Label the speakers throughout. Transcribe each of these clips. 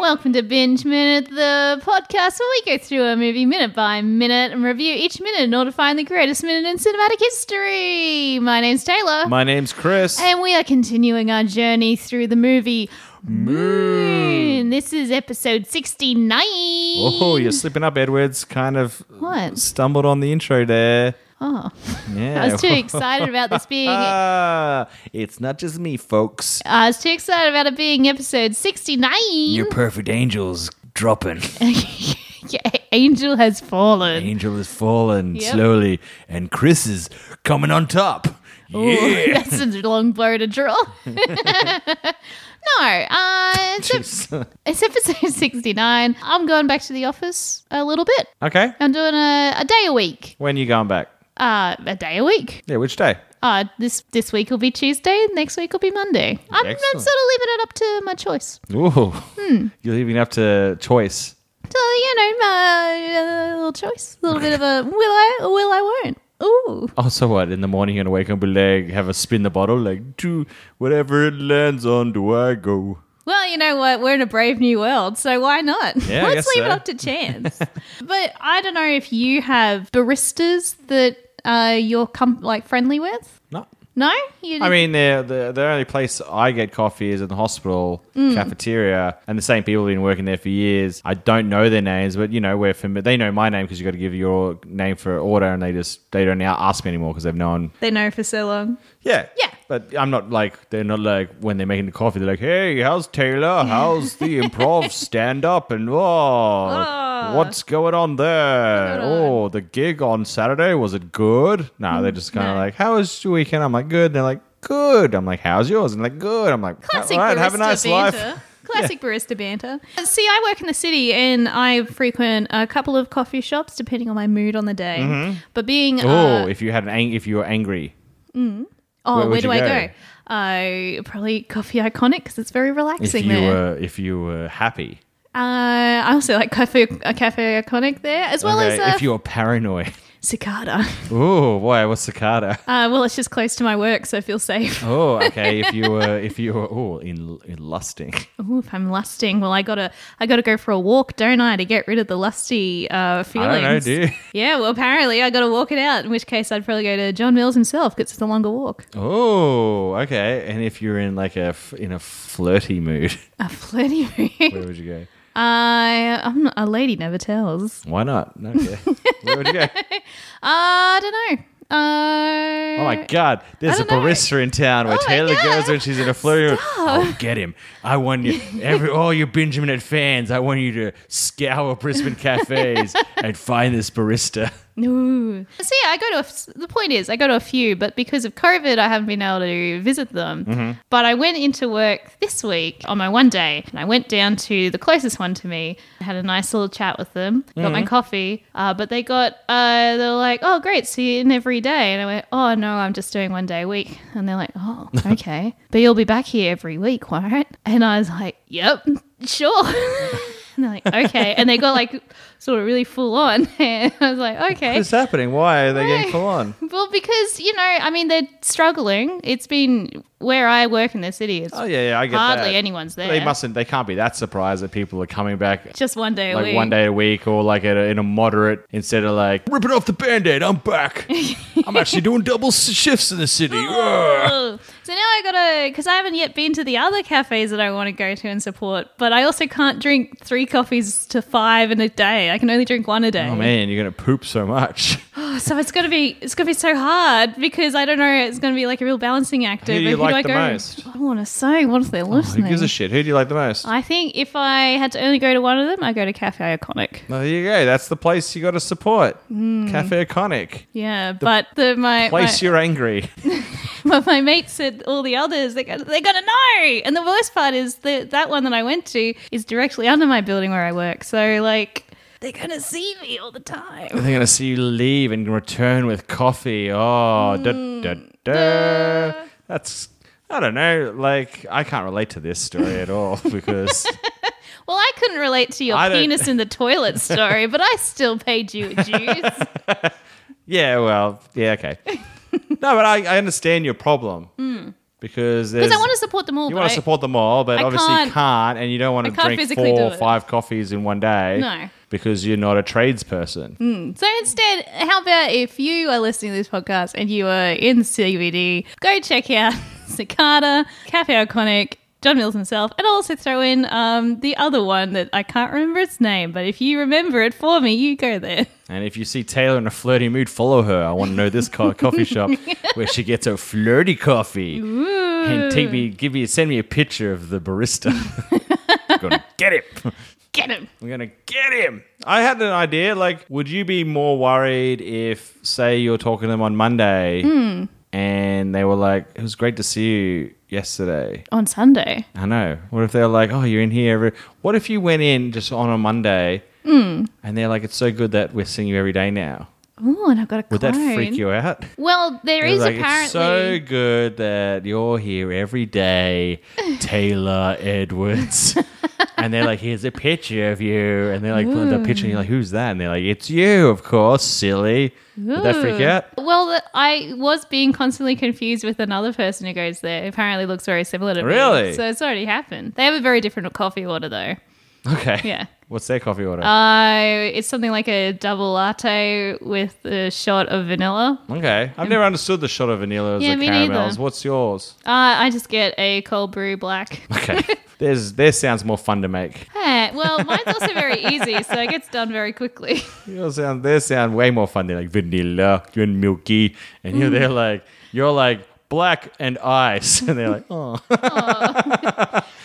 Speaker 1: Welcome to Binge Minute, the podcast where we go through a movie minute by minute and review each minute in order to find the greatest minute in cinematic history. My name's Taylor.
Speaker 2: My name's Chris.
Speaker 1: and we are continuing our journey through the movie Moon. This is episode 69.
Speaker 2: Oh, you're slipping up, Edwards. Kind of
Speaker 1: What?
Speaker 2: stumbled on the intro there.
Speaker 1: Oh,
Speaker 2: Yeah.
Speaker 1: I was too excited about this being. I
Speaker 2: Ah, it's not just me, folks.
Speaker 1: was too excited about it being episode 69.
Speaker 2: Your perfect angel's dropping.
Speaker 1: Angel has fallen.
Speaker 2: Angel has fallen
Speaker 1: Yep.
Speaker 2: slowly, and Chris is coming on top.
Speaker 1: Ooh,
Speaker 2: yeah.
Speaker 1: that's a long blow to draw. no, uh, it's, ep-
Speaker 2: Jeez.
Speaker 1: it's episode 69. I'm going back to the office a little bit.
Speaker 2: okay.
Speaker 1: I'm doing a, a day a week.
Speaker 2: When you going back?
Speaker 1: Uh, a day a week.
Speaker 2: Yeah, which day?
Speaker 1: Uh, this this week will be Tuesday, next week will be Monday. I'm, I'm sort of
Speaker 2: Excellent.
Speaker 1: leaving it up to my choice.
Speaker 2: Ooh.
Speaker 1: Hmm.
Speaker 2: You're leaving up to choice.
Speaker 1: So, you know, my uh, little choice. A little bit of a will I or will I won't. Ooh.
Speaker 2: Oh, so what? In the morning, you're gonna wake up and like have a spin the bottle, like do whatever it lands on, do I go?
Speaker 1: Well, you know what? We're in a brave new world, so why not?
Speaker 2: Yeah, I
Speaker 1: Let's
Speaker 2: guess
Speaker 1: leave it
Speaker 2: so.
Speaker 1: up to chance. but I don't know if you have baristas that uh, you're com- like friendly with.
Speaker 2: No.
Speaker 1: No, you.
Speaker 2: I mean, the, the the only place I get coffee is in the hospital cafeteria, and the same people have been working there for years. I don't know their names, but you know, we're familiar. They know my name because you got to give your name for order, and they just they don't now ask me anymore because they've known.
Speaker 1: they know for so long.
Speaker 2: Yeah,
Speaker 1: Yeah.
Speaker 2: But I'm not like they're not like when they're making the coffee, they're like, "Hey, how's Taylor? How's the improv stand up? And oh,
Speaker 1: Ah.
Speaker 2: what's going on there?
Speaker 1: What's going
Speaker 2: Oh, the gig on Saturday was it good? No, they're just kind of
Speaker 1: no.
Speaker 2: like, "How was your weekend?" I'm like, "Good." They're like, "Good." I'm like, "How's yours?" And they're like, "Good." I'm like,
Speaker 1: Classic
Speaker 2: "All right,
Speaker 1: barista
Speaker 2: have a nice
Speaker 1: banter.
Speaker 2: life."
Speaker 1: Classic barista banter. And See, I work in the city and I frequent a couple of coffee shops depending on my mood on the day.
Speaker 2: Mm-hmm.
Speaker 1: But being uh,
Speaker 2: oh, if you had an ang- if you were angry,
Speaker 1: oh,
Speaker 2: where
Speaker 1: where,
Speaker 2: would
Speaker 1: do
Speaker 2: you
Speaker 1: I
Speaker 2: go?
Speaker 1: go? Uh, probably coffee iconic because it's very
Speaker 2: if
Speaker 1: relaxing
Speaker 2: you
Speaker 1: there.
Speaker 2: were if you were happy,
Speaker 1: Uh, I also like Cafe, a Cafe Iconic there, as well
Speaker 2: okay,
Speaker 1: as
Speaker 2: if
Speaker 1: uh,
Speaker 2: you were paranoid.
Speaker 1: Cicada.
Speaker 2: Oh boy, what's cicada?
Speaker 1: Uh, well, it's just close to my work, so I feel safe.
Speaker 2: Oh, okay. If you were, if you were, oh, in, in lusting.
Speaker 1: Ooh, if I'm lusting, well, I gotta, I gotta go for a walk, don't I, to get rid of the lusty uh, feelings?
Speaker 2: I don't know, do you?
Speaker 1: Yeah, well, apparently I gotta walk it out. In which case, I'd probably go to John Mills himself because it's a longer walk.
Speaker 2: Oh, okay. And if you're in like a f- in a flirty mood,
Speaker 1: A flirty mood.
Speaker 2: where would you go?
Speaker 1: I, Uh, I'm not, a lady never tells. Uh,
Speaker 2: Why not? No, yeah. where would you go?
Speaker 1: I don't know. Uh,
Speaker 2: Oh my God! There's a
Speaker 1: don't know.
Speaker 2: barista in town where
Speaker 1: Oh my
Speaker 2: Taylor
Speaker 1: God.
Speaker 2: goes when she's in a flirty mood. Oh, get him! I want you, every all you Benjamin at fans. I want you to scour Brisbane cafes and find this barista.
Speaker 1: No. So yeah, I go to a f- the point is I go to a few, but because of COVID, I haven't been able to visit them. But I went into work this week on my one day, and I went down to the closest one to me. I had a nice little chat with them, got my coffee. Uh, but they got uh, they were like, "Oh, great, so you're in every day," and I went, "Oh no, I'm just doing one day a week." And they're like, "Oh, okay, but you'll be back here every week, right?" And I was like, "Yep, sure." And they're like, okay. And they got like sort of really full on. And I was like, okay.
Speaker 2: What's happening? Why are they
Speaker 1: Why?
Speaker 2: getting full on?
Speaker 1: Well, because, you know, I mean, they're struggling. It's been where I work in the city. It's
Speaker 2: Oh yeah, yeah. I get
Speaker 1: hardly
Speaker 2: that.
Speaker 1: anyone's there.
Speaker 2: They mustn't. They can't be that surprised that people are coming back
Speaker 1: Just one day a
Speaker 2: like
Speaker 1: week.
Speaker 2: one day a week or like at a, in a moderate instead of like ripping off the band-aid i'm back i'm actually doing double s- shifts in the city Ugh.
Speaker 1: Oh. So now I gotta, because I haven't yet been to the other cafes that I want to go to and support, but I also can't drink three coffees to five in a day. I can only drink one a day.
Speaker 2: oh man you're gonna poop so much
Speaker 1: So it's gonna be, it's gonna be so hard because I don't know. It's gonna be like a real balancing act.
Speaker 2: Who do
Speaker 1: over
Speaker 2: you
Speaker 1: who
Speaker 2: like
Speaker 1: do I
Speaker 2: the
Speaker 1: go?
Speaker 2: most? Oh,
Speaker 1: I want to say what if they're listening.
Speaker 2: who gives a shit who do you like the most
Speaker 1: I think if I had to only go to one of them, I go to Cafe Iconic.
Speaker 2: well, there you go that's the place you gotta support
Speaker 1: Hmm.
Speaker 2: cafe iconic
Speaker 1: Yeah, but the my
Speaker 2: place
Speaker 1: my,
Speaker 2: you're angry
Speaker 1: my, my mate said all the others they got they gotta know. And the worst part is that that one that I went to is directly under my building where I work. So like they're gonna see me all the time.
Speaker 2: they're gonna see you leave and return with coffee oh da,
Speaker 1: Hmm.
Speaker 2: da, da. that's i don't know like i can't relate to this story at all because
Speaker 1: Well, I couldn't relate to your
Speaker 2: I don't-
Speaker 1: penis in the toilet story, but I still paid you a dues.
Speaker 2: Yeah, well, yeah, okay. no, but I, I understand your problem. because
Speaker 1: Because Hmm. I
Speaker 2: there's-
Speaker 1: want to support them all.
Speaker 2: you
Speaker 1: but
Speaker 2: want to
Speaker 1: I-
Speaker 2: support them all, but
Speaker 1: I
Speaker 2: obviously
Speaker 1: can't-
Speaker 2: you can't, and you don't want
Speaker 1: I
Speaker 2: to
Speaker 1: can't
Speaker 2: drink
Speaker 1: physically
Speaker 2: four
Speaker 1: do
Speaker 2: or
Speaker 1: it.
Speaker 2: five coffees in one day.
Speaker 1: No. Hmm.
Speaker 2: Because you're not a tradesperson.
Speaker 1: So instead, how about if you are listening to this podcast and you are in CBD, go check out Cicada, Cafe Iconic, John Mills himself, and also throw in um, the other one that I can't remember its name, but if you remember it for me, you go there.
Speaker 2: And if you see Taylor in a flirty mood, follow her. I want to know this co- coffee shop where she gets her flirty coffee. And take me, give me, send me a picture of the barista. I'm gonna get him.
Speaker 1: Get him.
Speaker 2: I'm gonna get him. I had an idea. Like, would you be more worried if, say, you're talking to them on Monday, and they were like, "It was great to see you yesterday."
Speaker 1: On Sunday.
Speaker 2: I know. What if they're like, oh, you're in here every. What if you went in just on a Monday and they're like, it's so good that we're seeing you every day now?
Speaker 1: Oh, and I've got a
Speaker 2: Would
Speaker 1: clone.
Speaker 2: that freak you out?
Speaker 1: Well, there
Speaker 2: They're
Speaker 1: is
Speaker 2: like,
Speaker 1: apparently.
Speaker 2: It's so good that you're here every day, Taylor Edwards. and they're like, here's a picture of you. And they're like, put the picture, and you're like, who's that? And they're like, it's you, of course, silly. Would that freak you out?
Speaker 1: Ooh. Well, th- I was being constantly confused with another person who goes there. Apparently, looks very similar to me.
Speaker 2: Really?
Speaker 1: So it's already happened. They have a very different coffee order though.
Speaker 2: Okay.
Speaker 1: Yeah.
Speaker 2: What's their coffee order?
Speaker 1: Uh, it's something like a double latte with a shot of vanilla.
Speaker 2: okay. I've never understood the shot of vanillas
Speaker 1: Yeah,
Speaker 2: or
Speaker 1: me neither.
Speaker 2: caramels. What's yours?
Speaker 1: Uh, I just get a cold brew black.
Speaker 2: Okay. There's there sounds more fun to make.
Speaker 1: Hey, well, mine's also very easy, so it gets done very quickly.
Speaker 2: Yours sound they sound way more fun. They're like vanilla and milky, and
Speaker 1: Mm.
Speaker 2: you're there like you're like black and ice, and they're like oh.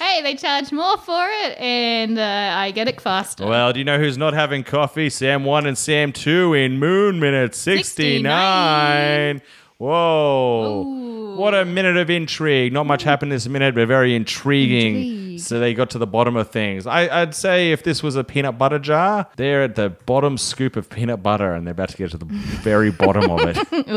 Speaker 1: hey, they charge more for it, and uh, I get it faster.
Speaker 2: Well, do you know who's not having coffee? Sam one and Sam two in Moon Minute sixty
Speaker 1: 69.
Speaker 2: nine. Whoa.
Speaker 1: Ooh.
Speaker 2: What a minute of intrigue. Not much happened this minute, but very intriguing.
Speaker 1: Intrigue.
Speaker 2: So they got to the bottom of things. I, I'd say if this was a peanut butter jar, they're at the bottom scoop of peanut butter and they're about to get to the very bottom of it.
Speaker 1: Ooh.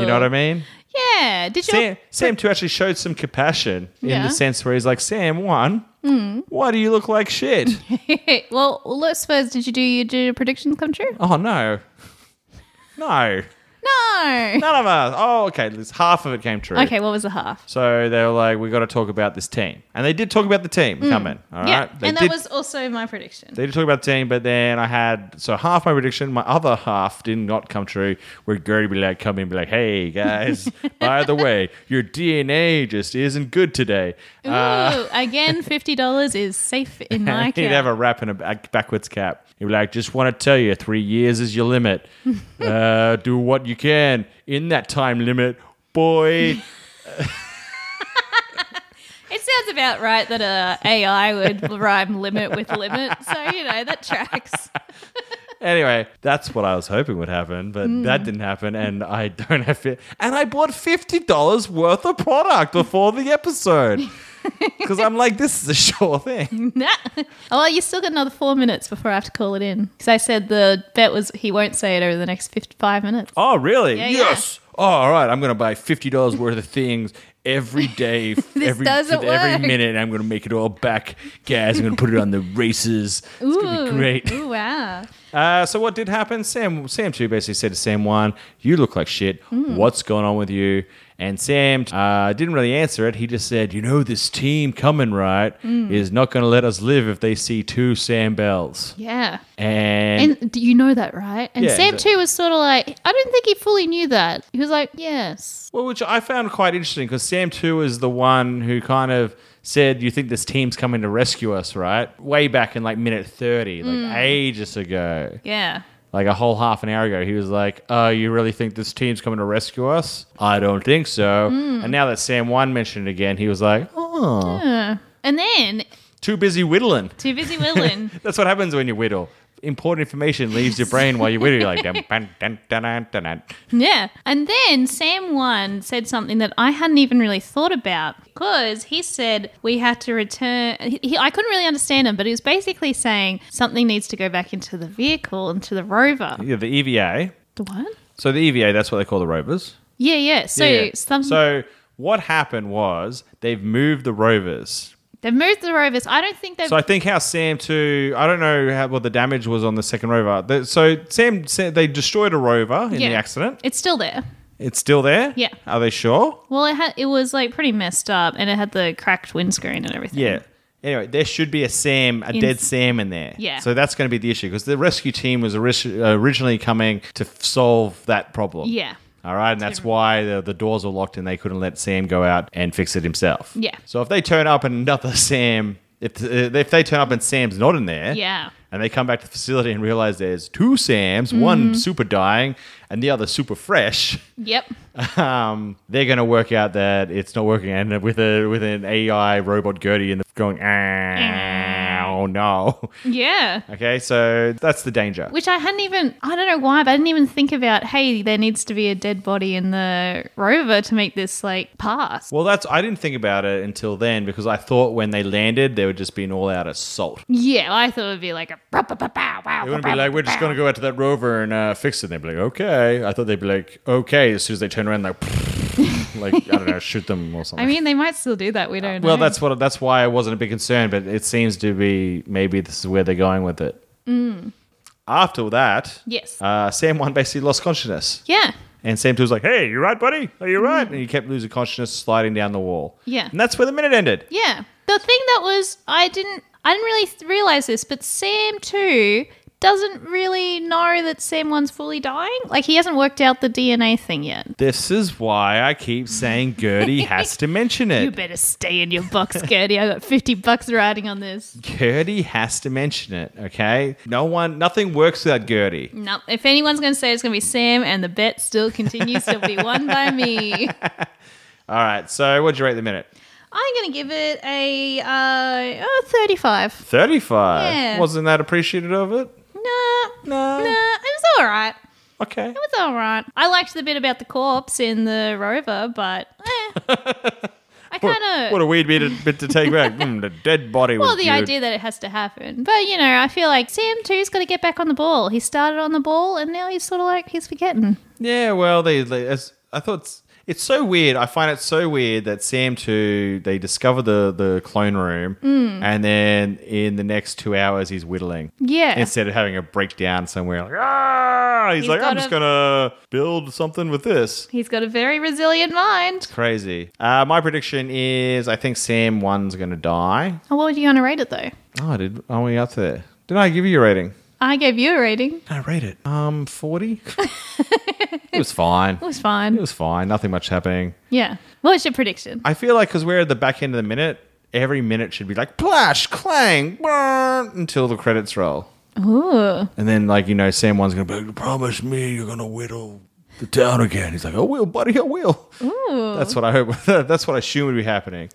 Speaker 2: You know what I mean?
Speaker 1: yeah. Did you?
Speaker 2: Sam, Sam too actually showed some compassion in
Speaker 1: Yeah. Mm.
Speaker 2: the sense where he's like, Sam one, why do you look like shit?
Speaker 1: well, let's first. Did you do your, did your predictions come true?
Speaker 2: oh no. No.
Speaker 1: No.
Speaker 2: None of us. Oh, okay. at least Half of it came true.
Speaker 1: Okay. What was the half?
Speaker 2: So they were like, we got to talk about this team. And they did talk about the team coming. All right.
Speaker 1: Mm. yeah,
Speaker 2: They
Speaker 1: and that
Speaker 2: did,
Speaker 1: was also my prediction.
Speaker 2: They did talk about the team, but then I had. So half my prediction, my other half did not come true, where Gertie be like, come in and be like, hey, guys, by the way, your DNA just isn't good today.
Speaker 1: Ooh,
Speaker 2: Ah.
Speaker 1: again, fifty dollars is safe in my
Speaker 2: And
Speaker 1: account.
Speaker 2: he'd have a wrap and a back- backwards cap. He'd be like, just want to tell you, three years is your limit. uh, do what you can in that time limit, boy.
Speaker 1: It sounds about right that a AI would rhyme limit with limit, so you know that tracks.
Speaker 2: Anyway, that's what I was hoping would happen, but that didn't happen, and I don't have it. And I bought fifty dollars worth of product before the episode because I'm like, this is a sure thing.
Speaker 1: Nah. oh, well, you still got another four minutes before I have to call it in because I said the bet was he won't say it over the next fifty-five minutes.
Speaker 2: Oh, really?
Speaker 1: Yeah, yeah.
Speaker 2: yes. Oh, all right. I'm gonna buy fifty dollars worth of things every day, f-
Speaker 1: This
Speaker 2: every
Speaker 1: doesn't
Speaker 2: every
Speaker 1: work.
Speaker 2: minute. and I'm gonna make it all back, guys. I'm gonna put it on the races. It's gonna be great.
Speaker 1: Ooh, wow.
Speaker 2: Uh, so what did happen? Sam Sam two basically said to Sam one, "You look like shit.
Speaker 1: Mm.
Speaker 2: What's going on with you?" And Sam uh, didn't really answer it. He just said, "You know, this team coming right
Speaker 1: Mm.
Speaker 2: is not going to let us live if they see two Sam Bells."
Speaker 1: Yeah.
Speaker 2: And,
Speaker 1: And do you know that, right? And
Speaker 2: Yeah,
Speaker 1: Sam
Speaker 2: exactly.
Speaker 1: too was sort of like, I don't think he fully knew that. He was like, yes.
Speaker 2: well, which I found quite interesting because Sam two is the one who kind of said, "You think this team's coming to rescue us?" Right? Way back in like minute thirty, like ages ago.
Speaker 1: Yeah.
Speaker 2: like a whole half an hour ago, he was like, "Oh, you really think this team's coming to rescue us? I don't think so." And now that Sam One mentioned it again, he was like, "Oh,
Speaker 1: Uh, and then
Speaker 2: too busy whittling."
Speaker 1: too busy whittling.
Speaker 2: That's what happens when you whittle. Important information leaves your brain while you whittle. You're like, dun, dun, dun, dun, dun, dun, dun.
Speaker 1: Yeah. And then Sam One said something that I hadn't even really thought about because he said we had to return. He, he- I couldn't really understand him, but he was basically saying something needs to go back into the vehicle, into the rover.
Speaker 2: yeah, the EVA.
Speaker 1: The what?
Speaker 2: So the EVA, that's what they call the rovers.
Speaker 1: Yeah, yeah. So
Speaker 2: Yeah, yeah.
Speaker 1: some
Speaker 2: so what happened was they've moved the rovers.
Speaker 1: they've moved the rovers. I don't think they've.
Speaker 2: So I think how Sam two, I don't know how what the damage was on the second rover. The- so Sam, Sam they destroyed a rover in
Speaker 1: Yeah.
Speaker 2: the accident.
Speaker 1: it's still there.
Speaker 2: It's still there?
Speaker 1: Yeah.
Speaker 2: Are they sure?
Speaker 1: Well, it had it was like pretty messed up, and it had the cracked windscreen and everything.
Speaker 2: Yeah. Anyway, there should be a Sam, a
Speaker 1: In-
Speaker 2: dead Sam in there.
Speaker 1: Yeah.
Speaker 2: So that's going to be the issue because the rescue team was ori- originally coming to f- solve that problem.
Speaker 1: Yeah.
Speaker 2: All right, and that's why the, the doors were locked and they couldn't let Sam go out and fix it himself.
Speaker 1: Yeah.
Speaker 2: So if they turn up and another Sam, if uh, if they turn up and Sam's not in there,
Speaker 1: Yeah.
Speaker 2: and they come back to the facility and realize there's two Sams,
Speaker 1: Mm-hmm.
Speaker 2: one super dying and the other super fresh,
Speaker 1: Yep.
Speaker 2: um, they're going to work out that it's not working and with a with an AI robot Gertie in the going, ah, oh no.
Speaker 1: Yeah.
Speaker 2: Okay, so that's the danger.
Speaker 1: Which I hadn't even, I don't know why, but I didn't even think about, hey, there needs to be a dead body in the rover to make this like pass.
Speaker 2: Well, that's I didn't think about it until then because I thought when they landed there would just be an all-out assault.
Speaker 1: Yeah, I thought it would be like a.
Speaker 2: It wouldn't be like we're just going to go out to that rover and uh, fix it. And they'd be like, okay. I thought they'd be like, okay. As soon as they turn around, like, like I don't know, shoot them or something.
Speaker 1: I mean, they might still do that. We don't know.
Speaker 2: well, that's what that's why I wasn't a big concern, but it seems to be maybe this is where they're going with it. After that,
Speaker 1: Mm. Yes.
Speaker 2: uh, Sam one basically lost consciousness,
Speaker 1: Yeah.
Speaker 2: and Sam two was like, "Hey, you right, buddy? Are you right?" And he kept losing consciousness, sliding down the wall.
Speaker 1: Yeah.
Speaker 2: and that's where the minute ended.
Speaker 1: Yeah. The thing that was, I didn't, I didn't really th- realize this, but Sam too doesn't really know that Sam one's fully dying. Like he hasn't worked out the DNA thing yet.
Speaker 2: This is why I keep saying Gertie has to mention
Speaker 1: You
Speaker 2: it.
Speaker 1: better stay in your box, Gertie. I got fifty bucks riding on this.
Speaker 2: Gertie has to mention it, okay? No one, nothing works without Gertie.
Speaker 1: No, if anyone's going to say it, it's going to be Sam, and the bet still continues to be won by me.
Speaker 2: All right, so what'd you rate the minute?
Speaker 1: I'm going to give it a uh, oh, 35.
Speaker 2: 35.
Speaker 1: Yeah.
Speaker 2: Wasn't that appreciated of it?
Speaker 1: Nah,
Speaker 2: No.
Speaker 1: nah, it was all right.
Speaker 2: Okay.
Speaker 1: It was all right. I liked the bit about the corpse in the rover, but eh. I kind
Speaker 2: What
Speaker 1: of.
Speaker 2: a weird bit, bit to take back. Hmm, the dead body was
Speaker 1: Well, the
Speaker 2: good.
Speaker 1: idea that it has to happen. But, you know, I feel like Sam too's got to get back on the ball. He started on the ball, and now he's sort of like, he's forgetting.
Speaker 2: Yeah, well, they, they as, I thought it's, it's so weird. I find it so weird that Sam 2, they discover the, the clone room,
Speaker 1: Mm.
Speaker 2: and then in the next two hours, he's whittling.
Speaker 1: Yeah.
Speaker 2: instead of having a breakdown somewhere like ah he's,
Speaker 1: He's
Speaker 2: like i'm
Speaker 1: got
Speaker 2: just
Speaker 1: a-
Speaker 2: gonna build something with this
Speaker 1: he's got a very resilient mind.
Speaker 2: crazy uh, my prediction is i think sam one's gonna die
Speaker 1: Oh, what would you going to rate it, though?
Speaker 2: oh I did are we up there did i give you a rating
Speaker 1: I gave you a rating.
Speaker 2: i rate it um 40 it was fine
Speaker 1: It was
Speaker 2: it
Speaker 1: fine.
Speaker 2: was fine nothing much happening
Speaker 1: Yeah. What was your prediction?
Speaker 2: i feel like because we're at the back end of the minute every minute should be like plash clang burn, until the credits roll
Speaker 1: Ooh.
Speaker 2: And then, like, you know, Sam one's going to be like, promise me you're going to whittle the town again. He's like, I will, buddy, I will.
Speaker 1: Ooh.
Speaker 2: That's what I hope. That's what I assume would be happening.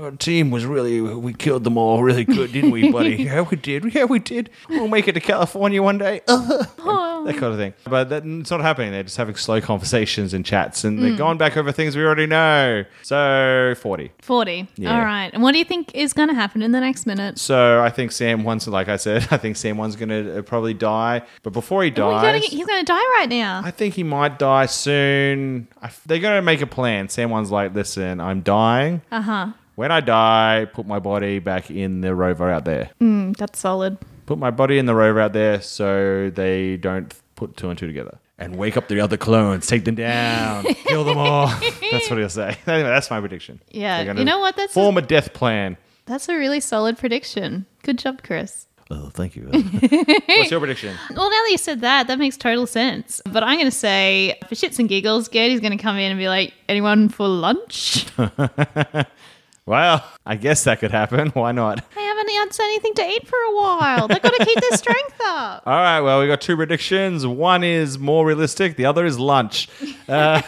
Speaker 2: Our team was really, we killed them all really good, didn't we, buddy? yeah, we did. Yeah, we did. We'll make it to California one day.
Speaker 1: Oh.
Speaker 2: that kind of thing. But that, it's not happening. They're just having slow conversations and chats and they're going back over things we already know. So, 40.
Speaker 1: 40.
Speaker 2: Yeah.
Speaker 1: All right. And what do you think is going to happen in the next minute?
Speaker 2: So, I think Sam one's, like I said, I think Sam one's going to probably die. But before he
Speaker 1: Oh,
Speaker 2: dies.
Speaker 1: he's gonna get- he's going to die right now.
Speaker 2: I think he might die soon. I f- they're going to make a plan. Someone's like, listen, I'm dying.
Speaker 1: Uh huh.
Speaker 2: When I die, put my body back in the rover out there.
Speaker 1: Mm, that's solid.
Speaker 2: Put my body in the rover out there so they don't put two and two together. And wake up the other clones, take them down, kill them all. That's what he'll say. Anyway, that's my prediction.
Speaker 1: Yeah,
Speaker 2: They're gonna
Speaker 1: you know what? That's
Speaker 2: form a death plan.
Speaker 1: That's a really solid prediction. Good job, Chris.
Speaker 2: Oh, thank you. What's your prediction?
Speaker 1: Well, now that you said that, that makes total sense. But I'm going to say, for shits and giggles, Gertie's going to come in and be like, anyone for lunch?
Speaker 2: Well, I guess that could happen. Why not?
Speaker 1: I haven't had anything to eat for a while. They've got to keep their strength up.
Speaker 2: All right, well, we got two predictions. One is more realistic, the other is lunch. Uh,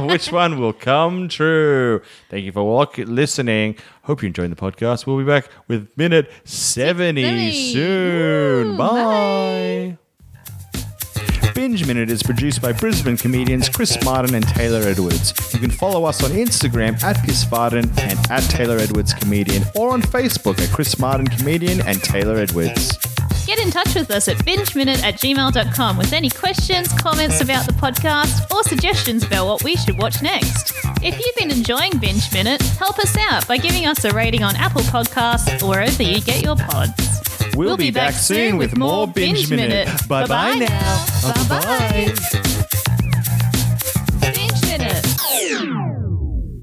Speaker 2: which one will come true? Thank you for walk- listening. Hope you're enjoying the podcast. We'll be back with minute 70
Speaker 1: 70.
Speaker 2: soon.
Speaker 1: Woo,
Speaker 2: bye. Binge Minute is produced by Brisbane comedians Chris Martin and Taylor Edwards. You can follow us on Instagram at Chris Martin and at Taylor Edwards Comedian or on Facebook at Chris Martin Comedian and Taylor Edwards.
Speaker 1: Get in touch with us at bingeminute at gmail.com with any questions, comments about the podcast, or suggestions about what we should watch next. If you've been enjoying Binge Minute, help us out by giving us a rating on Apple Podcasts or wherever you get your pods.
Speaker 2: We'll, be, back, soon with more Binge Minute. Bye bye now. Bye bye.
Speaker 1: Bye-bye.